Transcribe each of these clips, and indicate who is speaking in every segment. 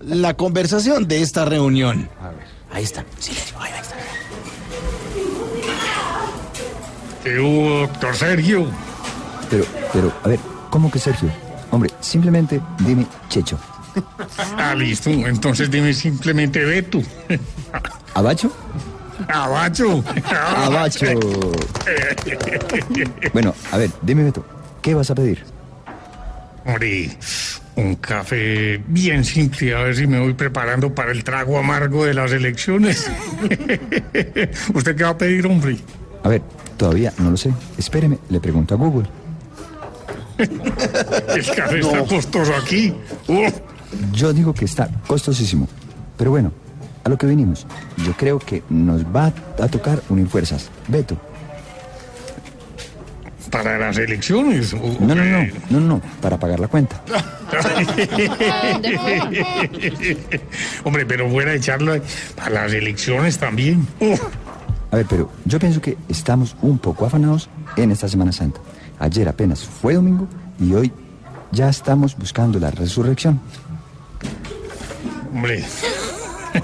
Speaker 1: la conversación de esta reunión. A ver. Ahí está, silencio, ahí está.
Speaker 2: ¿Qué Eh, hubo, doctor Sergio?
Speaker 3: Pero, pero, a ver, ¿cómo que Sergio? Hombre, simplemente dime Checho.
Speaker 2: Ah, listo. Entonces dime simplemente Beto.
Speaker 3: ¿Abacho?
Speaker 2: Abacho.
Speaker 3: Abacho. Bueno, a ver, dime Beto, ¿qué vas a pedir?
Speaker 2: Hombre, un café bien simple, a ver si me voy preparando para el trago amargo de las elecciones. ¿Usted qué va a pedir, hombre?
Speaker 3: A ver, todavía no lo sé. Espéreme, le pregunto a Google.
Speaker 2: El café está costoso aquí. Uf.
Speaker 3: Yo digo que está costosísimo. Pero bueno, a lo que venimos. Yo creo que nos va a tocar unir fuerzas. Beto.
Speaker 2: Para las elecciones. o-
Speaker 3: No, no, no, no, no, para pagar la cuenta.
Speaker 2: Hombre, pero fuera de charla, para las elecciones también. Uf.
Speaker 3: A ver, pero yo pienso que estamos un poco afanados en esta Semana Santa. Ayer apenas fue domingo y hoy ya estamos buscando la resurrección.
Speaker 2: Hombre,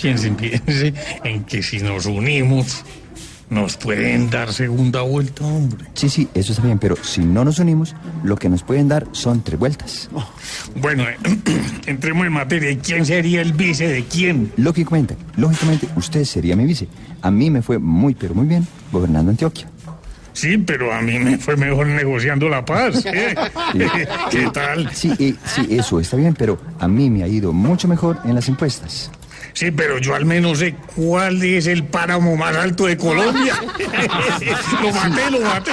Speaker 2: piensen, piensen en que si nos unimos, nos pueden dar segunda vuelta, hombre.
Speaker 3: Sí, sí, eso está bien, pero si no nos unimos, lo que nos pueden dar son tres vueltas.
Speaker 2: Bueno, eh, entremos en materia. ¿Y ¿Quién sería el vice de quién?
Speaker 3: Lógicamente, lógicamente, usted sería mi vice. A mí me fue muy, pero muy bien gobernando Antioquia.
Speaker 2: Sí, pero a mí me fue mejor negociando la paz. ¿eh? ¿Qué tal?
Speaker 3: Sí, eh, sí, eso está bien, pero a mí me ha ido mucho mejor en las encuestas.
Speaker 2: Sí, pero yo al menos sé cuál es el páramo más alto de Colombia. Lo maté, lo maté.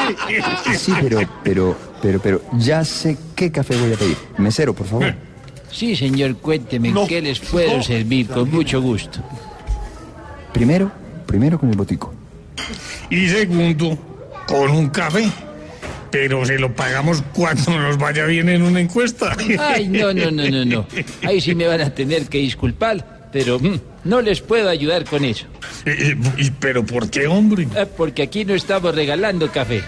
Speaker 3: Sí, pero, pero, pero, pero, ya sé qué café voy a pedir. Mesero, por favor.
Speaker 4: Sí, señor, cuénteme qué les puedo servir con mucho gusto.
Speaker 3: Primero, primero con el botico.
Speaker 2: Y segundo, con un café. Pero se lo pagamos cuando nos vaya bien en una encuesta.
Speaker 4: Ay, no, no, no, no, no. Ahí sí me van a tener que disculpar, pero mm, no les puedo ayudar con eso,
Speaker 2: Eh, y- ¿Pero por qué, hombre?
Speaker 4: Ah, porque aquí no estamos regalando café.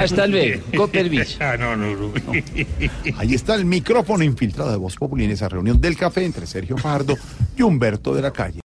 Speaker 4: Hasta luego, con permiso.
Speaker 2: Ah, no, no, no.
Speaker 5: Ahí está el micrófono infiltrado de Voz Populi en esa reunión del café entre Sergio Pardo y Humberto de la Calle.